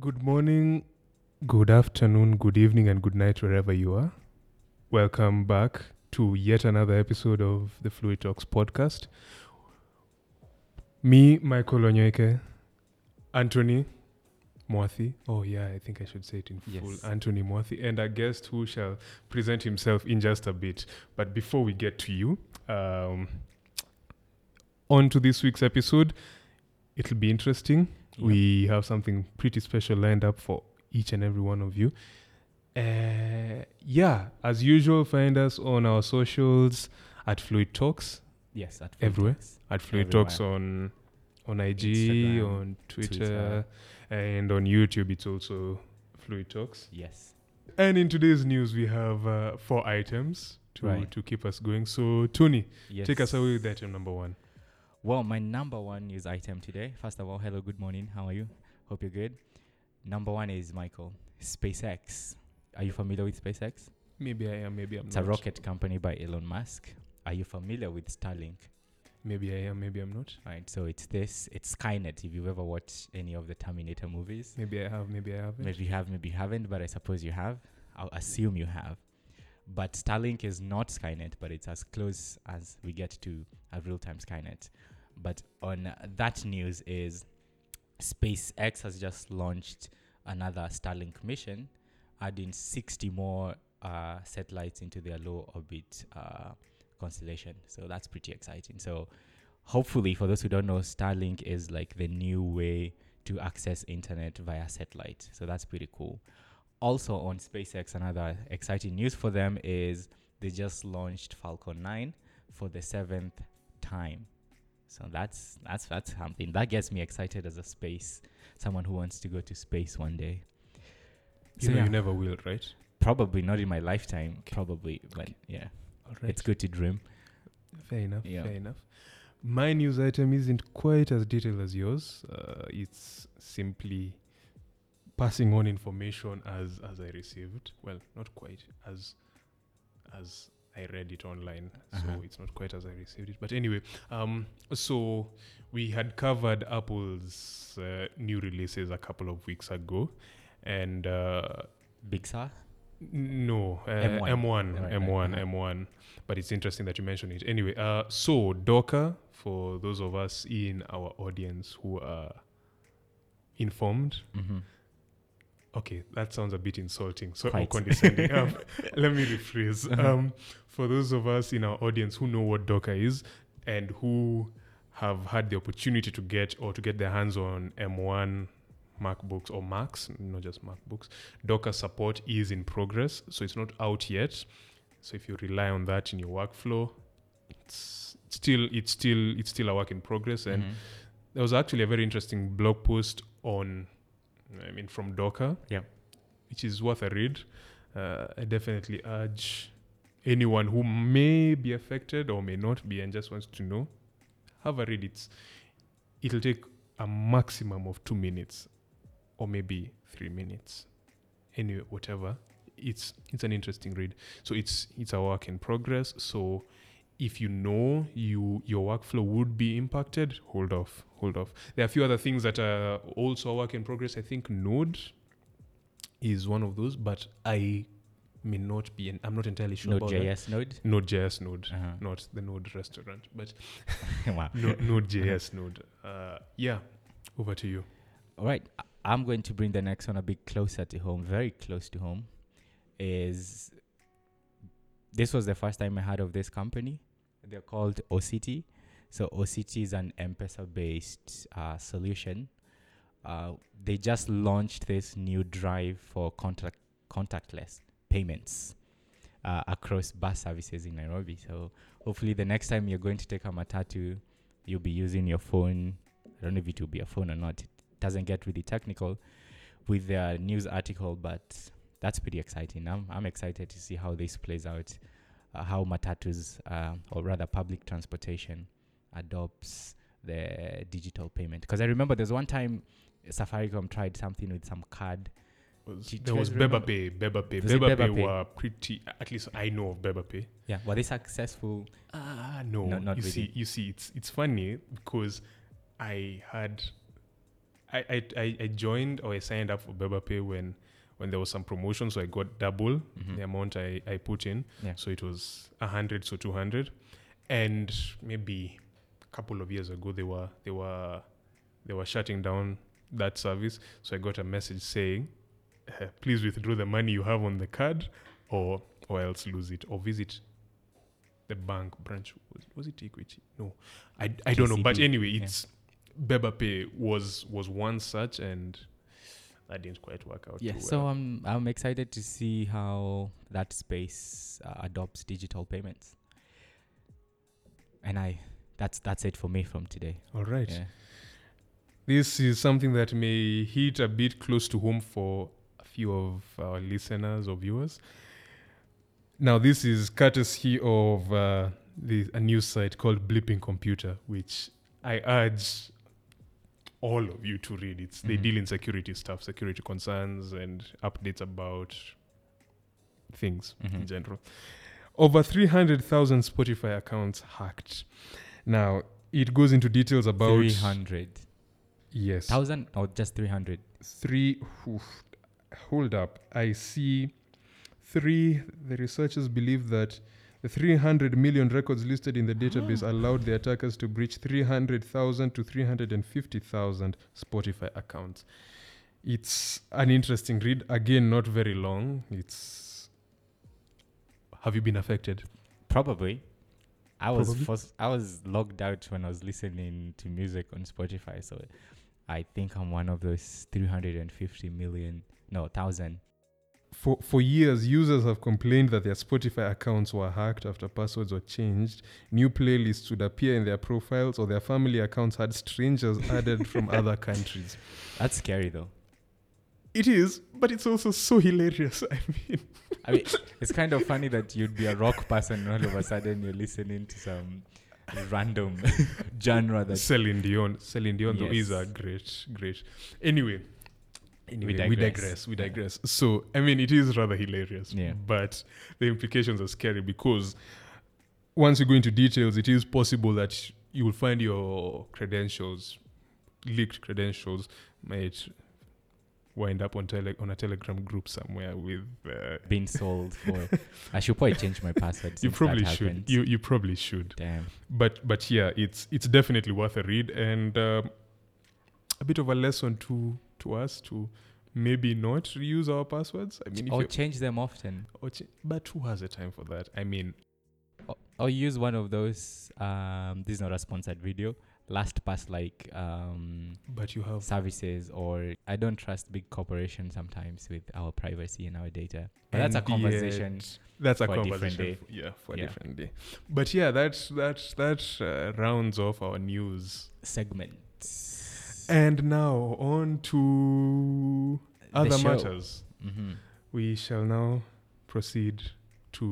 Good morning, good afternoon, good evening, and good night, wherever you are. Welcome back to yet another episode of the Fluid Talks podcast. Me, Michael Onyoike, Anthony Mwathi. Oh, yeah, I think I should say it in full. Yes. Anthony Mwathi, and our guest who shall present himself in just a bit. But before we get to you, um, on to this week's episode. It'll be interesting. We have something pretty special lined up for each and every one of you. Uh, yeah, as usual, find us on our socials at Fluid Talks, yes at Full everywhere. Talks. at Fluid Everywhere. Talks on on IG, Instagram, on Twitter, Twitter. and on YouTube. It's also Fluid Talks. Yes. And in today's news, we have uh, four items to Right. to keep us going. So Tony, Yes. take us away with item number one. Well, my number one news item today. First of all, hello, good morning. How are you? Hope you're good. Number one is Michael. SpaceX. Are you familiar with SpaceX? Maybe I am. Maybe I'm It's not. a rocket company by Elon Musk. Are you familiar with Starlink? Maybe I am. Maybe I'm not. Right. So it's this. It's Skynet. If you've ever watched any of the Terminator movies, Maybe I have. Maybe I haven't. maybe you have, maybe you haven't, but I suppose you have. I'll assume you have. But Starlink is not Skynet, but it's as close as we get to a real time Skynet. But on uh, that news is SpaceX has just launched another Starlink mission, adding 60 more uh, satellites into their low orbit uh, constellation. So that's pretty exciting. So hopefully, for those who don't know, Starlink is like the new way to access internet via satellite. So that's pretty cool. Also on SpaceX, another exciting news for them is they just launched Falcon 9 for the seventh time. So that's that's that's something that gets me excited as a space someone who wants to go to space one day. You So know, yeah, you never will, right? probably not in my lifetime, probably, but Okay. yeah, All right. it's good to dream. Fair enough. Yeah. Fair enough. My news item isn't quite as detailed as yours. Uh, it's simply passing on information as as I received. Well, not quite as as I read it online, Uh-huh. so it's not quite as I received it. But anyway, um, so we had covered Apple's uh, new releases a couple of weeks ago, and. Uh, Big Sur, no, uh, M1. M1, Right, right, M1, uh-huh. M1. But it's interesting that you mentioned it. Anyway, uh, so Docker, for those of us in our audience who are informed, mm-hmm. okay, that sounds a bit insulting, so or Quite. condescending. um, let me rephrase. Uh-huh. Um, for those of us in our audience who know what Docker is and who have had the opportunity to get or to get their hands on M1 MacBooks or Macs, not just MacBooks, Docker support is in progress, so it's not out yet. So if you rely on that in your workflow, it's still it's still it's still a work in progress and there was actually a very interesting blog post on i mean from docker Yeah. which is worth a read uh, i definitely urge anyone who may be affected or may not be and just wants to know have a read it's it'll take a maximum of two minutes or maybe three minutes anyway whatever it's it's an interesting read so it's it's a work in progress so if you know you your workflow would be impacted, hold off, hold off. There are a few other things that are also a work in progress. I think Node is one of those, but I may not be. I'm not entirely sure about that. Node.js Node. Node.js Node, Uh-huh. not the Node restaurant, but wow. Node, Node.js Node. Uh, yeah, over to you. All right, I- I'm going to bring the next one a bit closer to home, very close to home. Is this was the first time I heard of this company? They're called OCT. So OCT is an M-Pesa-based uh, solution. Uh, they just launched this new drive for contact contactless payments uh, across bus services in Nairobi. So hopefully, the next time you're going to take a matatu, you'll be using your phone. I don't know if it will be a phone or not doesn't get really technical with their news article, but that's pretty exciting. I'm, I'm excited to see how this plays out, uh, how matatus, uh, or rather public transportation, adopts the digital payment. Because I remember there's one time Safaricom tried something with some card. Was- Do you there was guys remember- Beba Pay. Beba Pay. Was it Beba Beba Pay Pay? were pretty. At least I know of Beba Pay. Yeah, were they successful? Ah, no, No, not you really. see, you see, it's it's funny because I had I, I, I- I joined or I signed up for Beba Pay when when there was some promotion, so I got double Mhm. the amount I, I put in. Yeah. So it was hundred, so two hundred, and maybe a couple of years ago they were they were they were shutting down that service. So I got a message saying, uh, "Please withdraw the money you have on the card, or or else lose it, or visit." The bank branch was, was it Equity? No, I, I don't know. But KCB, anyway, yeah. it's Beba Pay was was one such, and that didn't quite work out. Yeah, too so well. I'm I'm excited to see how that space uh, adopts digital payments. And I, that's that's it for me from today. all right. Yeah. This is something that may hit a bit close to home for a few of our listeners or viewers. Now, this is courtesy of uh, the, a new site called Blipping Computer, which I urge all of you to read. It's they Mhm. deal in security stuff, security concerns, and updates about things in Mhm. general. Over 300,000 Spotify accounts hacked. Now, it goes into details about Three hundred yes thousand or just three hundred. three oof, hold up i see three the researchers believe that the 300 million records listed in the database Ah. allowed the attackers to breach 300,000 to 350,000 Spotify accounts. It's an interesting read. Again, not very long. It's. Have you been affected? Probably. I was Probably. first, I was logged out when I was listening to music on Spotify, so I think I'm one of those 350 million, no, thousand. For, for years, users have complained that their Spotify accounts were hacked after passwords were changed. New playlists would appear in their profiles, or their family accounts had strangers added from other countries. That's scary though. It is, but it's also so hilarious. I mean, I mean, it's kind of funny that you'd be a rock person and all of a sudden you're listening to some random genre that Celine Dion, Celine Dion though is a Yes. great, great. Anyway, anyway, we digress. We digress. digress. Yeah. So, I mean, it is rather hilarious, Yeah. but the implications are scary because once you go into details, it is possible that you will find your credentials, leaked credentials, might wind up on tele- on a Telegram group somewhere with. Uh, been sold for. I should probably change my password. you since probably that should. happened. You you probably should. Damn. but but yeah it's it's definitely worth a read and um, a bit of a lesson to to us to maybe not use our passwords i mean if Or you- change them often. or ch- but who has the time for that i mean Or, or use one of those. Um, this is not a sponsored video. LastPass like um, but you have services, or I don't trust big corporations sometimes with our privacy and our data. But that's a and conversation. yet- that's a for a different conversation day. f- yeah for a Yeah. different day but yeah that that that uh, rounds off our news segment. and now on to other matters Mm-hmm. We shall now proceed to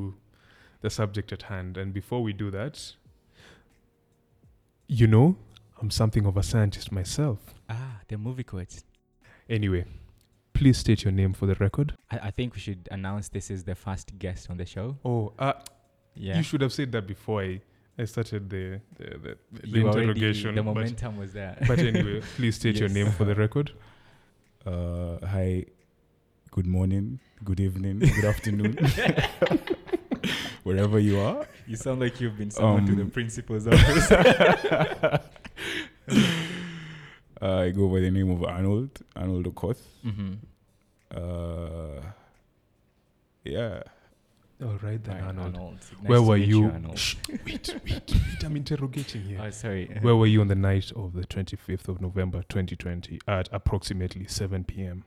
the subject at hand. And before we do that, you know, I'm something of a scientist myself. Ah, the movie quotes. Anyway, please state your name for the record. I, I think we should announce this is the first guest on the show. Oh, uh, Yeah. you should have said that before I, I started the, the, the, the You already- interrogation. the but, momentum was there. but anyway, please state your Yes. name for the record. Uh, hi, good morning, good evening, good afternoon, wherever you are. you sound like you've been summoned to the Um, principal's office. I go by the name of Arnold, Arnold Okoth. mm-hmm. Uh, yeah, All right then, Arnold. Nice Where to were meet you? Arnold. Shh, wait, wait, wait. I'm interrogating here. Oh, sorry. Where were you on the night of the 25th of November 2020 at approximately 7 p.m.?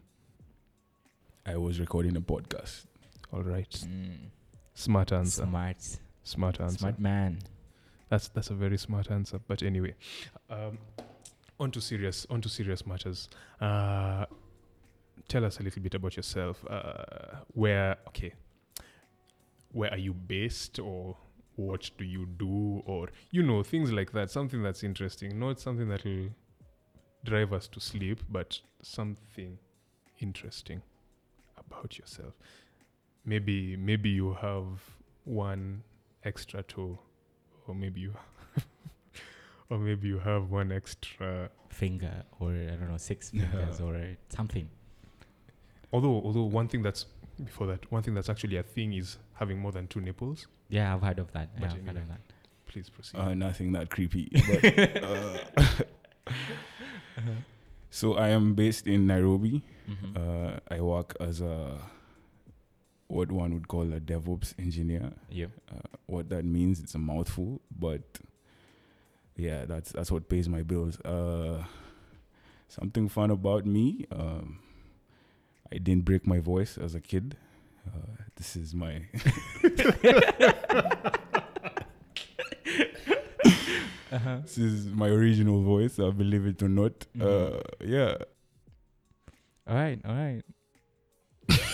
I was recording a podcast. All right. Mm. Smart answer. Smart, Smart answer. smart man. That's that's a very smart answer. But anyway, um, on to serious on to serious matters. Uh, tell us a little bit about yourself. Uh, where okay, where are you based, or what do you do, or you know things like that. Something that's interesting, not something that will drive us to sleep, but something interesting about yourself. Maybe maybe you have one extra toe or maybe you or maybe you have one extra. finger or I don't know six Yeah. fingers or something. Although, although one thing that's before that, one thing that's actually a thing is having more than two nipples. Yeah, I've heard of that. Yeah, But I've heard anyway. of that. Please proceed. Uh, nothing that creepy. But, uh, so I am based in Nairobi. Mhm. Uh, I work as a what one would call a DevOps engineer. yeah. Uh, what that means, it's a mouthful, but yeah, that's that's what pays my bills. Uh, something fun about me. Um, I didn't break my voice as a kid. Uh, this is my Uh-huh. this is my original voice. Uh, believe it or not. Mhm. Uh, yeah. All right, all right.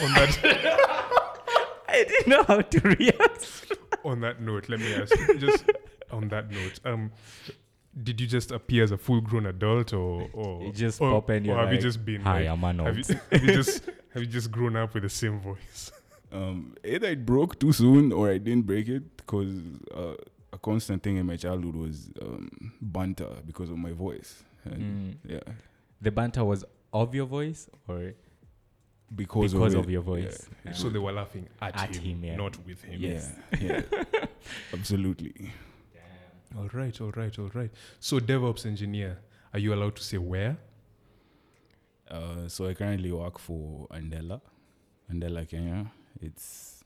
on that, I didn't know how to react. on that note, let me ask. you, Just on that note, um, did you just appear as a full-grown adult, or or You just or, pop and or you're have like, you just been "Hi, like- I'm an have you, have you just have you just grown up with the same voice? Um, either it broke too soon or I didn't break it because uh, a constant thing in my childhood was um, banter because of my voice. And Mm. Yeah, The banter was of your voice or because, because of, of it. your voice. Yeah. So they were laughing at, At him, yeah. not with him. Yes. Yeah, yeah. absolutely. All right, all right, all right. So DevOps engineer, are you allowed to say where? Uh, so I currently work for Andela, Andela Kenya. It's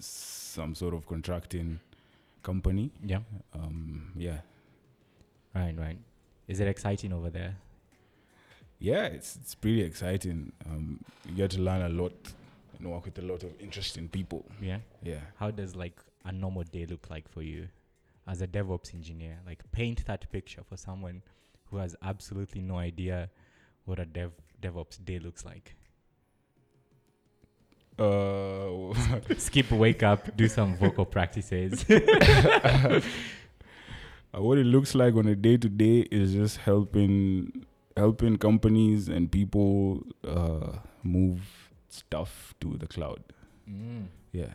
some sort of contracting company. Yeah. Um, yeah, Right, right. Is it exciting over there? yeah, it's it's pretty exciting. Um, you get to learn a lot and work with a lot of interesting people. Yeah. Yeah. How does like a normal day look like for you as a DevOps engineer? Like paint that picture for someone who has absolutely no idea what a dev DevOps day looks like. Uh, Skip wake up, do some vocal practices. what it looks like on a day to day is just helping helping companies and people uh, move stuff to the cloud. Mm. Yeah.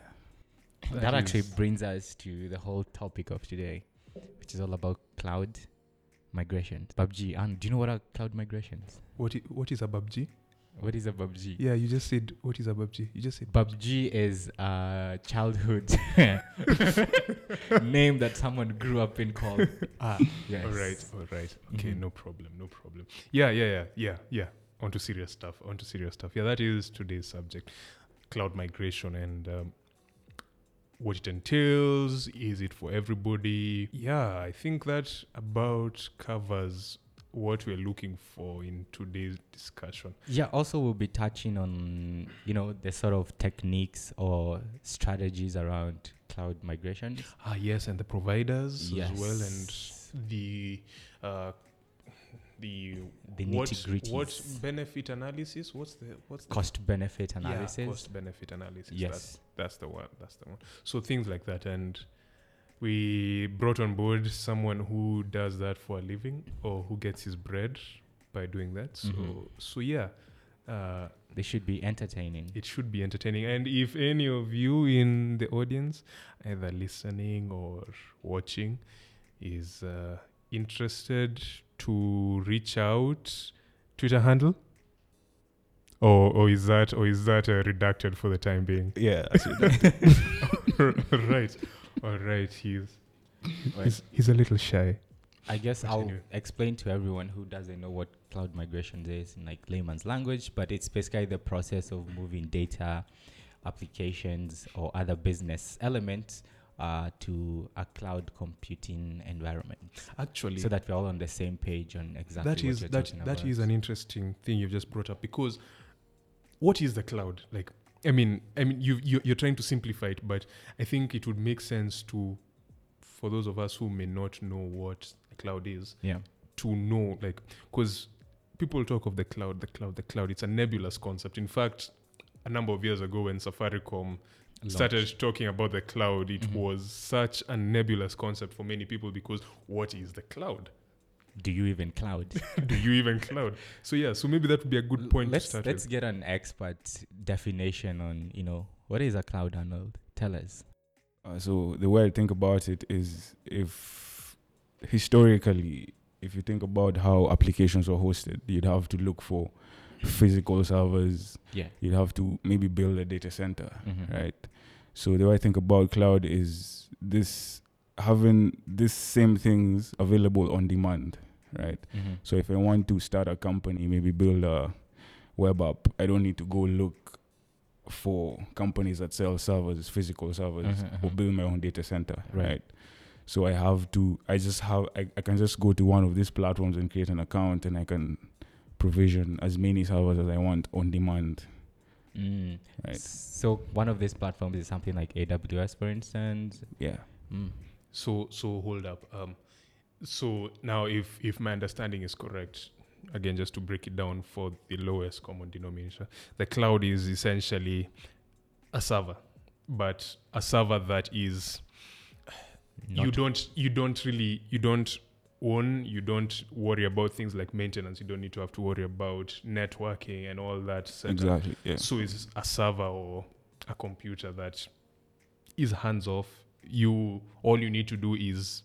That, That actually is- brings us to the whole topic of today, which is all about cloud migration. PUBG, and do you know what are cloud migrations? What is, what is a babji? What is a PUBG? Yeah, you just said what is a babji? You just said PUBG is a childhood name that someone grew up in called. ah. Yes. All right, all right. Okay, Mhm. no problem, no problem. Yeah, yeah, yeah, yeah, yeah. On to serious stuff. On to serious stuff. Yeah, that is today's subject: cloud migration and um, what it entails. Is it for everybody? Yeah, I think that about covers what we're looking for in today's discussion. Yeah, also we'll be touching on, you know, the sort of techniques or strategies around cloud migration. Ah, yes, and the providers as well, and the. Uh, the The what, nitty-gritties. what benefit analysis? What's the what's the cost benefit Yeah, analysis. cost benefit analysis. That's, yes. that's the one. That's the one. So things like that. And we brought on board someone who does that for a living or who gets his bread by doing that. So, Mhm. so yeah. Uh, They should be entertaining. it should be entertaining. And if any of you in the audience, either listening or watching, is uh, interested to reach out, Twitter handle, or or is that or is that uh, redacted for the time being? Yeah. right, all right. He's he's, he's a little shy. I guess I'll Continue. explain to everyone who doesn't know what cloud migration is in like layman's language, but it's basically the process of moving data, applications, or other business elements uh, to a cloud computing environment, Actually, so that we're all on the same page on exactly that what is you're that talking that about. is an interesting thing you've just brought up because what is the cloud like i mean i mean you, you you're trying to simplify it but i think it would make sense to for those of us who may not know what the cloud is yeah. to know like because people talk of the cloud the cloud the cloud it's a nebulous concept in fact a number of years ago when safaricom started talking about the cloud it Mhm. was such a nebulous concept for many people because what is the cloud Do you even cloud? do you even cloud? So yeah, so maybe that would be a good point let's to start let's with. get an expert definition on you know what is a cloud, Arnold? Tell us. Uh, so the way I think about it is if historically, if you think about how applications were hosted, you'd have to look for physical servers. Yeah. You'd have to maybe build a data center, Mhm. right? So the way I think about cloud is this having these same things available on demand, right? Mhm. So if I want to start a company, maybe build a web app, I don't need to go look for companies that sell servers, physical servers, Mhm, or mhm. build my own data center, Right. right? So I have to, I just have, I, I can just go to one of these platforms and create an account and I can provision as many servers as I want on demand, Mm. right? So one of these platforms is something like AWS, for instance. Yeah. Mm. So so hold up. Um, so now if if my understanding is correct, again just to break it down for the lowest common denominator, the cloud is essentially a server, but a server that is you Not- don't you don't really you don't own you don't worry about things like maintenance you don't need to have to worry about networking and all that setup. Exactly. Yeah. so it's a server or a computer that is hands off you all you need to do is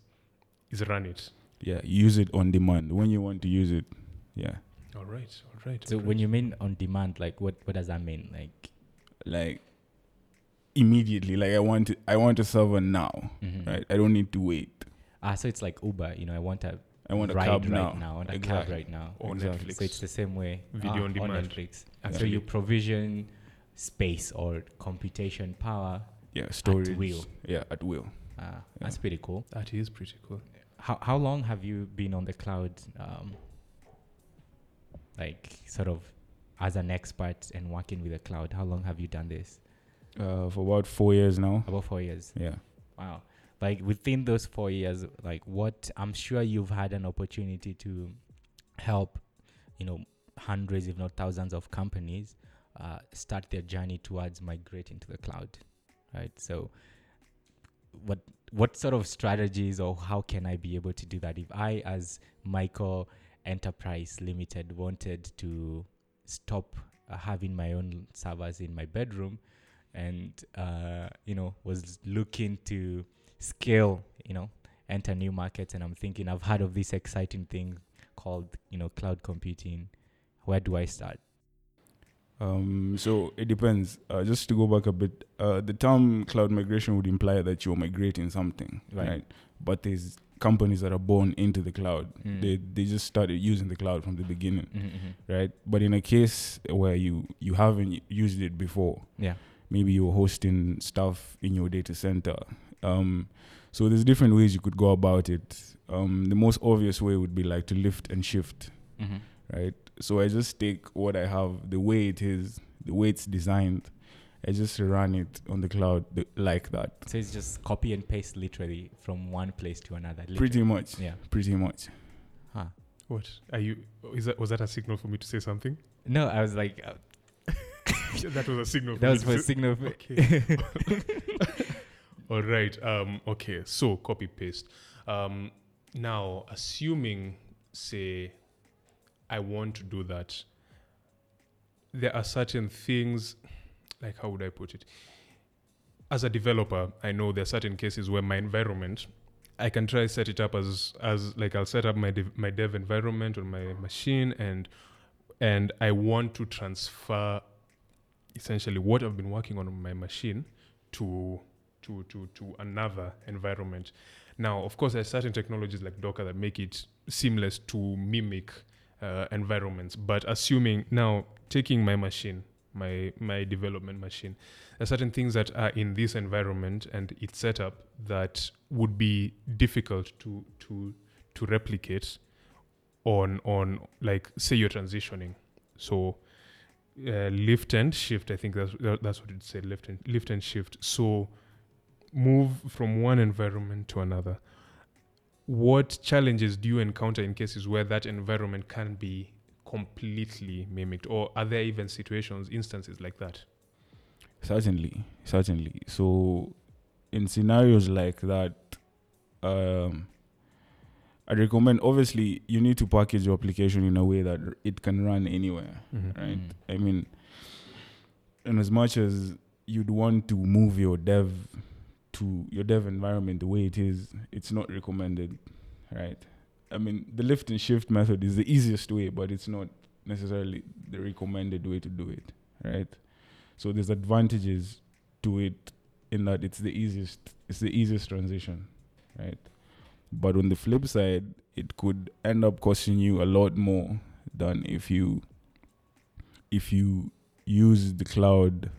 is run it Yeah. Use it on demand when you want to use it. Yeah. all right all right So when you mean on demand, like what what does that mean? Like Like immediately. Like I want, I want a server now, mhm. right? I don't need to wait. Ah, so it's like Uber. You know, I want a I want a ride cab right now. now. I want a cab Exactly. right now. or Exactly. netflix So it's the same way. Ah, Video on demand. Netflix. So Actually- you provision space or computation power. Yeah. Storage. will. Yeah. At will. Uh, That's pretty cool. that is pretty cool How how long have you been on the cloud? Um, like sort of as an expert and working with the cloud. How long have you done this? Uh, for about four years now. About four years. Yeah. Wow. Like within those four years, like what I'm sure you've had an opportunity to help, you know, hundreds, if not thousands of companies uh, start their journey towards migrating to the cloud, right? So, what what sort of strategies or how can I be able to do that if I, as Michael Enterprise Limited, wanted to stop uh, having my own servers in my bedroom? and uh, you know was looking to scale you know enter new markets and i'm thinking i've heard of this exciting thing called you know cloud computing where do i start Um, so it depends. Uh, just to go back a bit, uh, the term cloud migration would imply that you're migrating something, Right. right? But there's companies that are born into the cloud. Mm. They they just started using the cloud from the beginning, mm-hmm. right? But in a case where you you haven't used it before, yeah maybe you're hosting stuff in your data center. Um, so there's different ways you could go about it. Um, the most obvious way would be like to lift and shift mm-hmm. right? So I just take what I have, the way it is, the way it's designed. I just run it on the cloud th- like that, so it's just copy and paste literally from one place to another pretty literally. much, yeah pretty much. huh. what are you is that was that a signal for me to say something no i was like uh, that was a signal for that me was to for say- signal Okay. All right. Um, okay. So copy paste. Um, now, assuming, say, I want to do that, there are certain things, like how would I put it? As a developer, I know there are certain cases where my environment, I can try set it up as as like I'll set up my dev, my dev environment on my machine and and I want to transfer essentially what I've been working on on my machine to to to to another environment. Now, of course, there are certain technologies like Docker that make it seamless to mimic uh, environments. But assuming now taking my machine, my my development machine, there are certain things that are in this environment and its setup that would be difficult to to to replicate on on like say you're transitioning. So uh, lift and shift. I think that's that- that's what it said. Lift and lift and shift. So move from one environment to another. What challenges do you encounter in cases where that environment can be completely mimicked, or are there even situations, instances like that? Certainly, certainly. So, in scenarios like that, um, I recommend. Obviously, you need to package your application in a way that r- it can run anywhere, right? Mm. I mean, and as much as you'd want to move your dev to your dev environment the way it is, it's not recommended, right? I mean, the lift and shift method is the easiest way, but it's not necessarily the recommended way to do it, right? So there's advantages to it in that it's the easiest it's the easiest transition, right? But on the flip side, it could end up costing you a lot more than if you if you use the cloud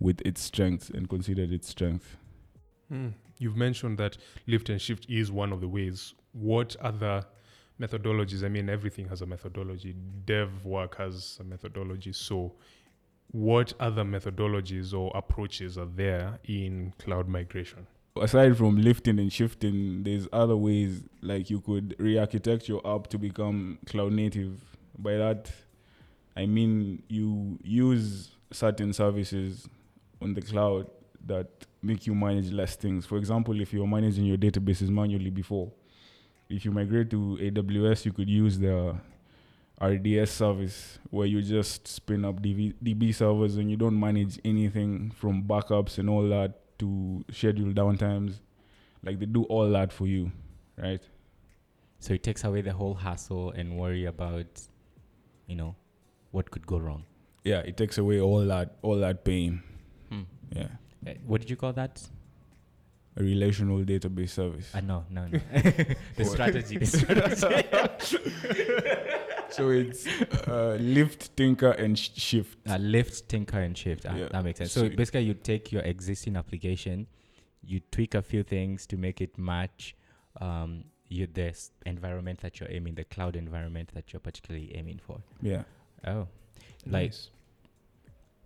with its strengths and considered its strength. Hmm. You've mentioned that lift and shift is one of the ways. What other methodologies? I mean, everything has a methodology. Dev work has a methodology. So, what other methodologies or approaches are there in cloud migration? aside from lifting and shifting, there's other ways like you could re-architect your app to become cloud native. By that, I mean you use certain services on the cloud that make you manage less things. For example, if you're managing your databases manually before, if you migrate to AWS, you could use the RDS service where you just spin up DB, DB servers and you don't manage anything from backups and all that to schedule downtimes. Like they do all that for you, right? So it takes away the whole hassle and worry about, you know, what could go wrong. Yeah, it takes away all that all that pain. Yeah, Uh, what did you call that? a relational database service. Uh, no, no, no. the strategy. The strategy. so it's uh, lift, tinker, and sh- shift. uh, lift, tinker, and shift. Ah, Yeah. That makes sense. So So it- basically, you take your existing application, you tweak a few things to make it match um, you, the s- environment that you're aiming, the cloud environment that you're particularly aiming for. Yeah, Oh, Like- Nice.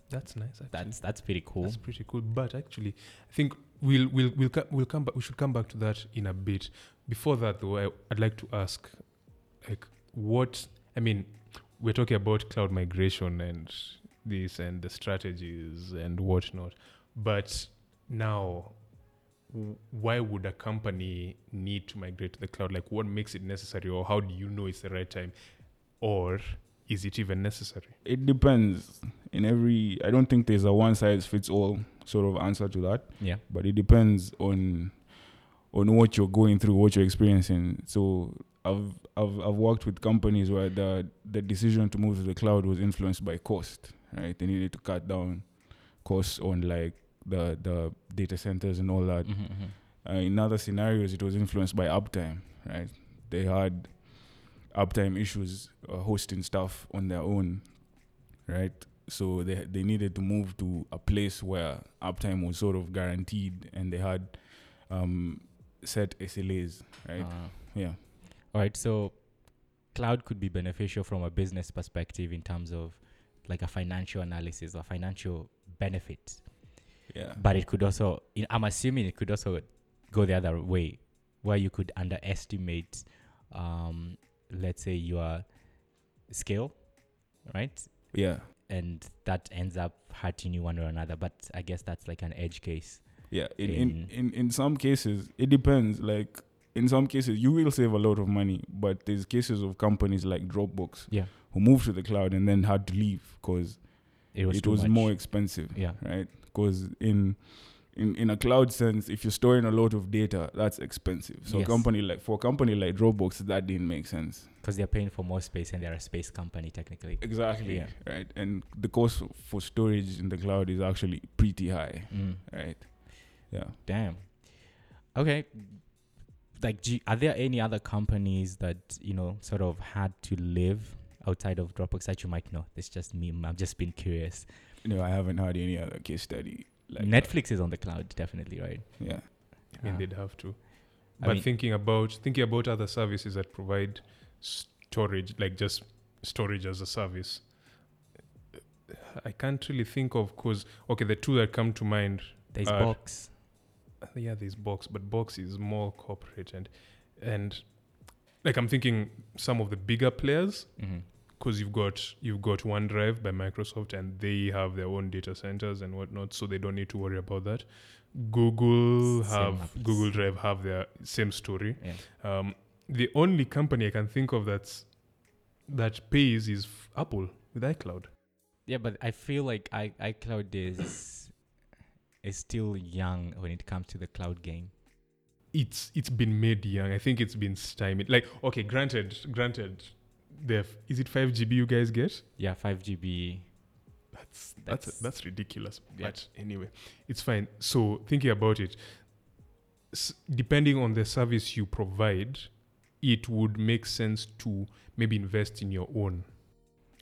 That's nice. Actually. that's that's pretty cool. That's pretty cool. But actually, I think we'll we'll we'll co- we'll come back. We should come back to that in a bit. Before that, though, I, I'd like to ask, like, what I mean, we're talking about cloud migration and this and the strategies and whatnot. But now, w- why would a company need to migrate to the cloud? Like, what makes it necessary, or how do you know it's the right time, or is it even necessary? it depends. In every, I don't think there's a one size fits all sort of answer to that. yeah. but it depends on on what you're going through, what you're experiencing. So I've I've I've worked with companies where the the decision to move to the cloud was influenced by cost, right? They needed to cut down costs on like the the data centers and all that. Mhm, mhm. Uh, in other scenarios, it was influenced by uptime, right? They had uptime issues uh, hosting stuff on their own, right? So they they needed to move to a place where uptime was sort of guaranteed, and they had um, set SLAs, right? Ah. yeah, All right, so cloud could be beneficial from a business perspective in terms of like a financial analysis or financial benefit, yeah, but it could also, in- I'm assuming it could also go the other way, where you could underestimate, um, let's say your scale, right? yeah, And that ends up hurting you one way or another. But I guess that's like an edge case. yeah. In In- in, in in some cases, it depends. Like in some cases, you will save a lot of money, but there's cases of companies like Dropbox Yeah, who moved to the cloud and then had to leave because it was it too was much. more expensive Yeah, right because in in in a cloud sense if you're storing a lot of data that's expensive so Yes. a company like for a company like dropbox that didn't make sense because they're paying for more space and they're a space company technically. exactly Yeah. right and the cost for storage in the cloud is actually pretty high Mm. right yeah Damn. Okay. Like, do you- are there any other companies that you know sort of had to live outside of Dropbox that you might know? It's just me. I've just been curious. no i haven't had any other case study like that. Netflix is on the cloud, definitely, right? yeah I mean, Ah. they'd have to. I but mean, thinking about thinking about other services that provide storage like just storage as a service i can't really think of because okay the two that come to mind there's uh, Box. yeah there's box but box is more corporate and and like i'm thinking some of the bigger players Mhm. because you've got you've got OneDrive by Microsoft, and they have their own data centers and whatnot, so they don't need to worry about that. Google Same have happens. Google Drive have their same story. Yeah. Um, the only company I can think of that's that pays is f- Apple with iCloud. Yeah, but I feel like I iCloud is is still young when it comes to the cloud game. it's it's been made young. I think it's been stymied. Like okay, granted, granted, the f- is it five GB you guys get? Yeah, 5 GB. That's that's That's- that's, ridiculous. Yeah. But anyway, it's fine. So thinking about it, s- depending on the service you provide, it would make sense to maybe invest in your own.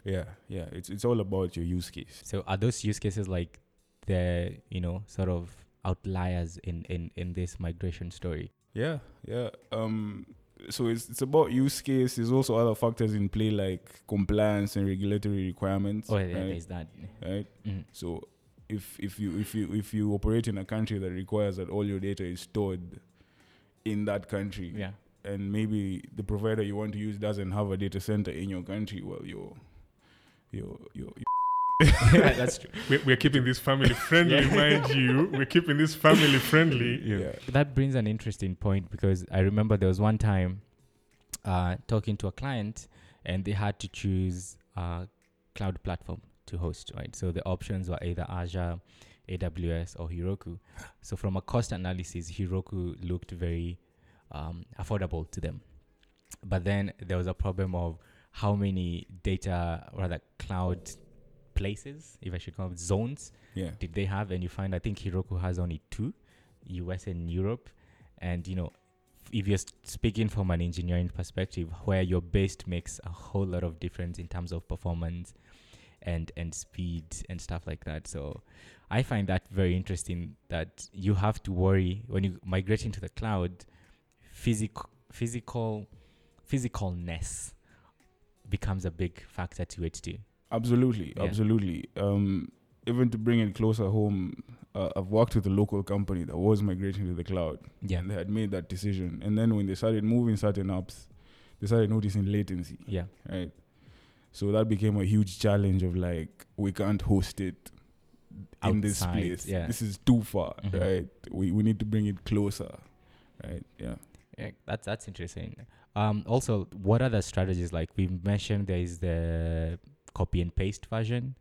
Yeah, yeah. It's it's all about your use case. So are those use cases like the, you know, sort of outliers in in in this migration story? Yeah, yeah. Um, so it's it's about use case. There's also other factors in play like compliance and regulatory requirements. Oh, yeah, right? there's that. right? Mm. So if if you if you if you operate in a country that requires that all your data is stored in that country, Yeah. and maybe the provider you want to use doesn't have a data center in your country, well, you're you're you're That's true. We're, we're keeping this family friendly, Yeah. mind you. We're keeping this family friendly. yeah. That brings an interesting point because I remember there was one time uh, talking to a client and they had to choose a cloud platform to host, right? So the options were either Azure, AWS, or Heroku. So from a cost analysis, Heroku looked very um, affordable to them. But then there was a problem of how many data, rather cloud places, if I should call it zones, yeah. did they have and you find i think Heroku has only two us and europe and you know if you're s- speaking from an engineering perspective where you're based makes a whole lot of difference in terms of performance and and speed and stuff like that so i find that very interesting that you have to worry when you migrate into the cloud physical physical physicalness becomes a big factor to it too Absolutely, Yeah. absolutely. Um, even to bring it closer home, uh, I've worked with a local company that was migrating to the cloud, yeah and they had made that decision. And then when they started moving certain apps, they started noticing latency, yeah right? So that became a huge challenge of like we can't host it in this Outside, place. yeah. This is too far, Mhm. right? We we need to bring it closer, right? Yeah. Yeah, that's that's interesting. Um, also, what other strategies? Like we mentioned, there is the copy and paste version.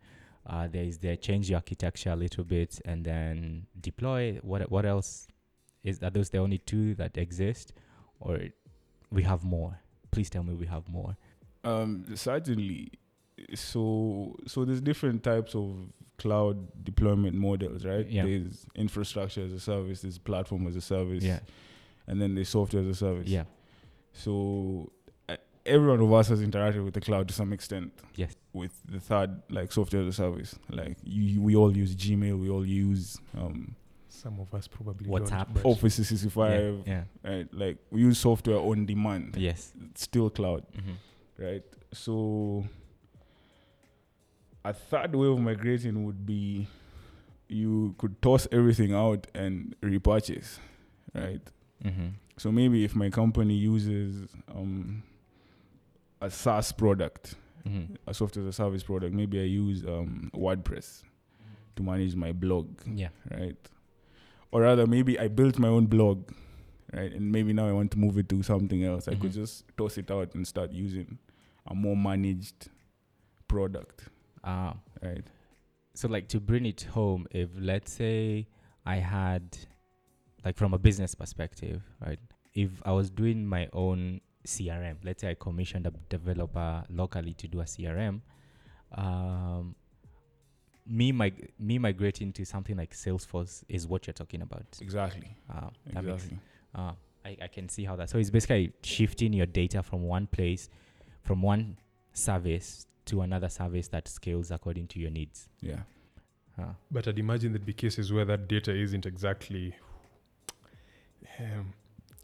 Uh, there is the change the architecture a little bit and then deploy. What what else is are those the only two that exist, or we have more? Please tell me we have more. Um, certainly. So so there's different types of cloud deployment models, right? Yeah. There's infrastructure as a service, there's platform as a service, Yeah, and then there's software as a service. yeah, So uh, everyone of us has interacted with the cloud to some extent. Yes. With the third, like software as a service, like you, we all use Gmail, we all use um, Some of us probably Don't, WhatsApp. but Office 365, yeah, right? Like we use software on demand. yeah. yes, It's still cloud. hmm right? So a third way of migrating would be you could toss everything out and repurchase, right? hmm So maybe if my company uses um, a SaaS product, hmm a software as a service product, maybe I use um, WordPress to manage my blog, yeah, right? Or rather, maybe I built my own blog, right? And maybe now I want to move it to something else. I could Mhm. just toss it out and start using a more managed product, uh, right? so like to bring it home if let's say i had like from a business perspective right if i was doing my own crm let's say i commissioned a developer locally to do a crm um me mig- me migrating to something like salesforce is what you're talking about Exactly. uh, that makes E-, Exactly. uh, I, I can see how that. So it's basically shifting your data from one place, from one service to another service that scales according to your needs. Yeah. Uh, but I'd imagine there'd be cases where that data isn't exactly. Um,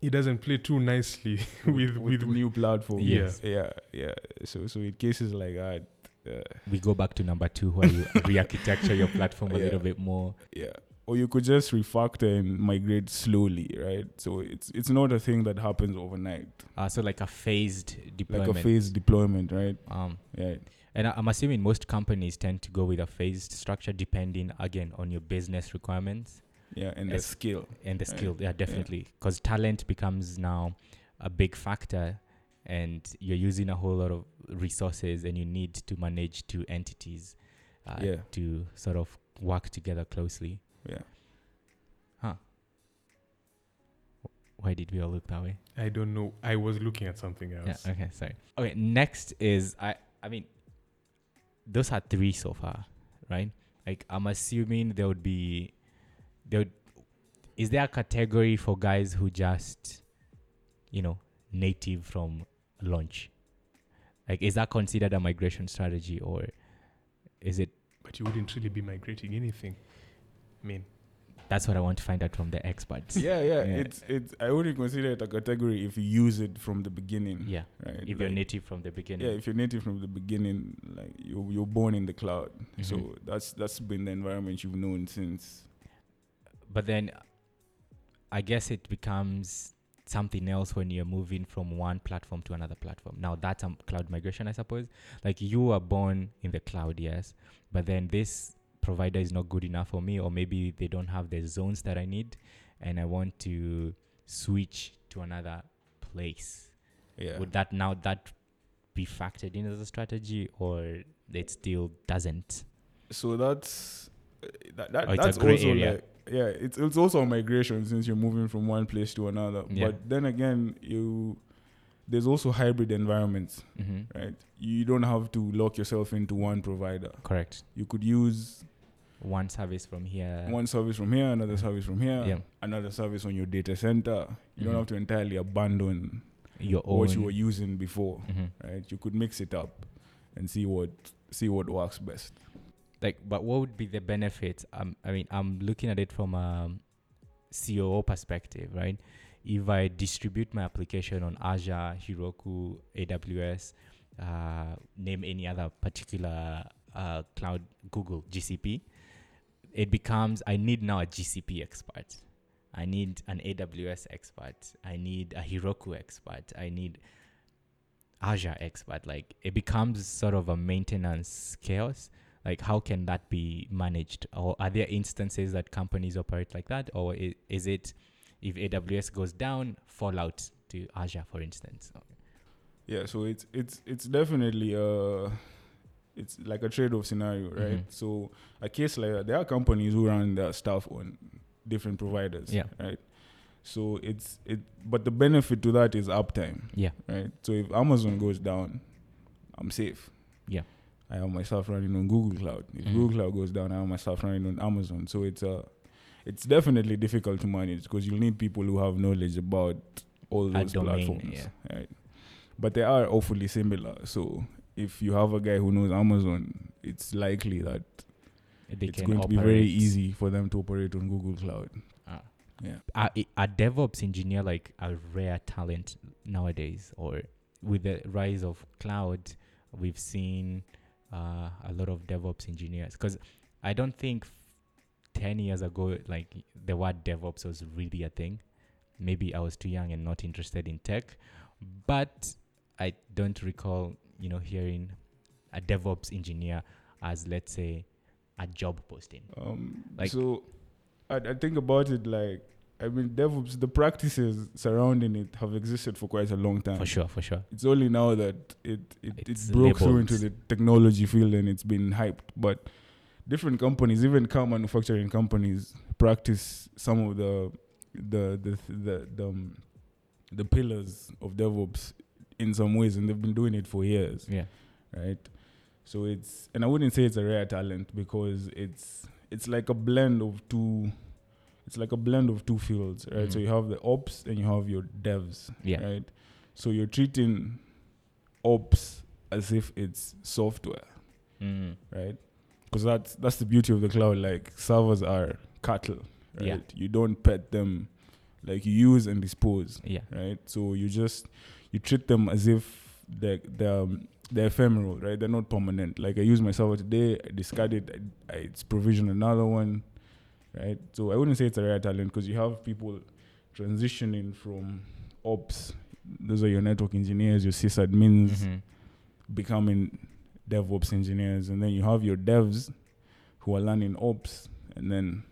it doesn't play too nicely with with, the new platform. Yes. Yeah. Yeah. So so in cases like that, uh, we go back to number two, where you re-architecture your platform a Yeah. little bit more. yeah. Or you could just refactor and migrate slowly, right? So it's it's not a thing that happens overnight, Uh, so like a phased deployment. like a phased deployment, right? Um, Right. and I, I'm assuming most companies tend to go with a phased structure, depending again on your business requirements. Yeah. And the Yes. skill. and the Right. skill yeah definitely because talent becomes now a big factor and you're using a whole lot of resources and you need to manage two entities uh, Yeah. to sort of work together closely Yeah. huh Wh- Why did we all look that way? I don't know. I was looking at something else. Yeah. Okay. Sorry. Okay. Next is I. I mean, those are three so far, right? Like I'm assuming there would be, there. Would, is there a category for guys who just, you know, native from launch? Like, is that considered a migration strategy, or is it? But you wouldn't really be migrating anything. I mean, That's what I want to find out from the experts. yeah, yeah. Yeah. It's it's. I wouldn't consider it a category if you use it from the beginning. Yeah. Right. If you're Like, native from the beginning. Yeah, if you're native from the beginning, like you you're born in the cloud, so Mhm. that's that's been the environment you've known since. but then I guess it becomes something else when you're moving from one platform to another platform. Now that's a cloud migration, I suppose. Like you were born in the cloud, yes, but then this provider is not good enough for me, or maybe they don't have the zones that I need, and I want to switch to another place. Yeah. Would that now that be factored in as a strategy, or it still doesn't? so that's uh, that, that Oh, it's a that's grey also area. like yeah it's it's also a migration since you're moving from one place to another Yeah. but then again you there's also hybrid environments Mm-hmm. right you don't have to lock yourself into one provider Correct. you could use One service from here. one service from here another service from here Yeah. another service on your data center you Mhm. don't have to entirely abandon Your own. what you were using before Mhm. right you could mix it up and see what see what works best like but what would be the benefits um, i mean i'm looking at it from a coo perspective right if i distribute my application on azure heroku aws uh, name any other particular uh, cloud google gcp it becomes i need now a gcp expert i need an aws expert i need a heroku expert i need azure expert like it becomes sort of a maintenance chaos like how can that be managed or are there instances that companies operate like that or is, is it if aws goes down fallout to azure for instance Yeah, so it's it's it's definitely uh it's like a trade-off scenario, right? Mhm. So a case like that, there are companies who run their stuff on different providers, Yeah. right? So it's it, but the benefit to that is uptime, yeah right? So if Amazon goes down, I'm safe. Yeah. I have my stuff running on Google Cloud. If Mhm. Google Cloud goes down, I have my stuff running on Amazon. So it's uh, it's definitely difficult to manage because you'll need people who have knowledge about all A those domain, platforms. yeah. Right. But they are awfully similar. So if you have a guy who knows Amazon, it's likely that they it's can going to be operate. very easy for them to operate on Google Cloud. Ah. Yeah. are, i- are devops engineer like a rare talent nowadays or with the rise of cloud we've seen uh, a lot of devops engineers because i don't think f- 10 years ago like the word devops was really a thing maybe i was too young and not interested in tech but i don't recall you know hearing a devops engineer as let's say a job posting Um, Like- so, I, I think about it like I mean, DevOps. The practices surrounding it have existed for quite a long time. for sure for sure It's only now that it it, It's it broke through labeled. into the technology field and it's been hyped. But different companies, even car manufacturing companies, practice some of the the the the the, um, the pillars of DevOps in some ways, and they've been doing it for years yeah right? So it's and I wouldn't say it's a rare talent because it's it's like a blend of two it's like a blend of two fields, right? So Mhm. you have the ops and you have your devs, yeah right? So you're treating ops as if it's software, Mm. right? Because that's that's the beauty of the cloud. Like servers are cattle, right? Yeah. You don't pet them, like you use and dispose Yeah. right? So you just you treat them as if they're they're, um, they're ephemeral, right? They're not permanent. Like I use my server today, I discard it, I, I it's provision another one, right? So I wouldn't say it's a rare talent because you have people transitioning from ops. Those are your network engineers, your sysadmins, Mhm. becoming DevOps engineers, and then you have your devs who are learning ops, and then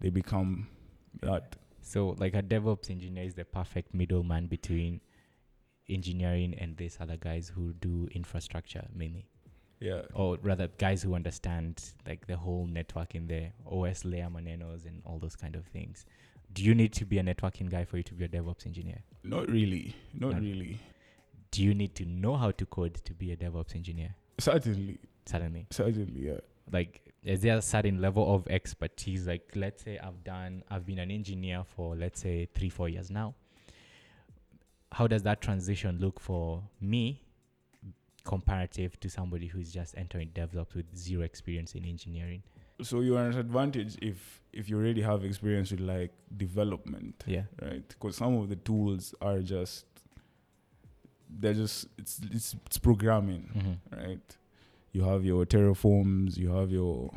they become that. So, like a DevOps engineer is the perfect middleman between engineering and these other guys who do infrastructure mainly, Yeah, or rather, guys who understand like the whole network in the OS layer, manenos, and all those kind of things. do you need to be a networking guy for you to be a DevOps engineer? Not really. Not Not- really. Do you need to know how to code to be a DevOps engineer? Certainly. Suddenly, Certainly, yeah. like, is there a certain level of expertise? Like, let's say I've done, I've been an engineer for let's say three, four years now. How does that transition look for me, comparative to somebody who's just entering DevOps with zero experience in engineering? So you're at an advantage if if you already have experience with like development, Yeah, right? Because some of the tools are just they're just it's it's, it's programming, mm-hmm. right? You have your terraforms, you have your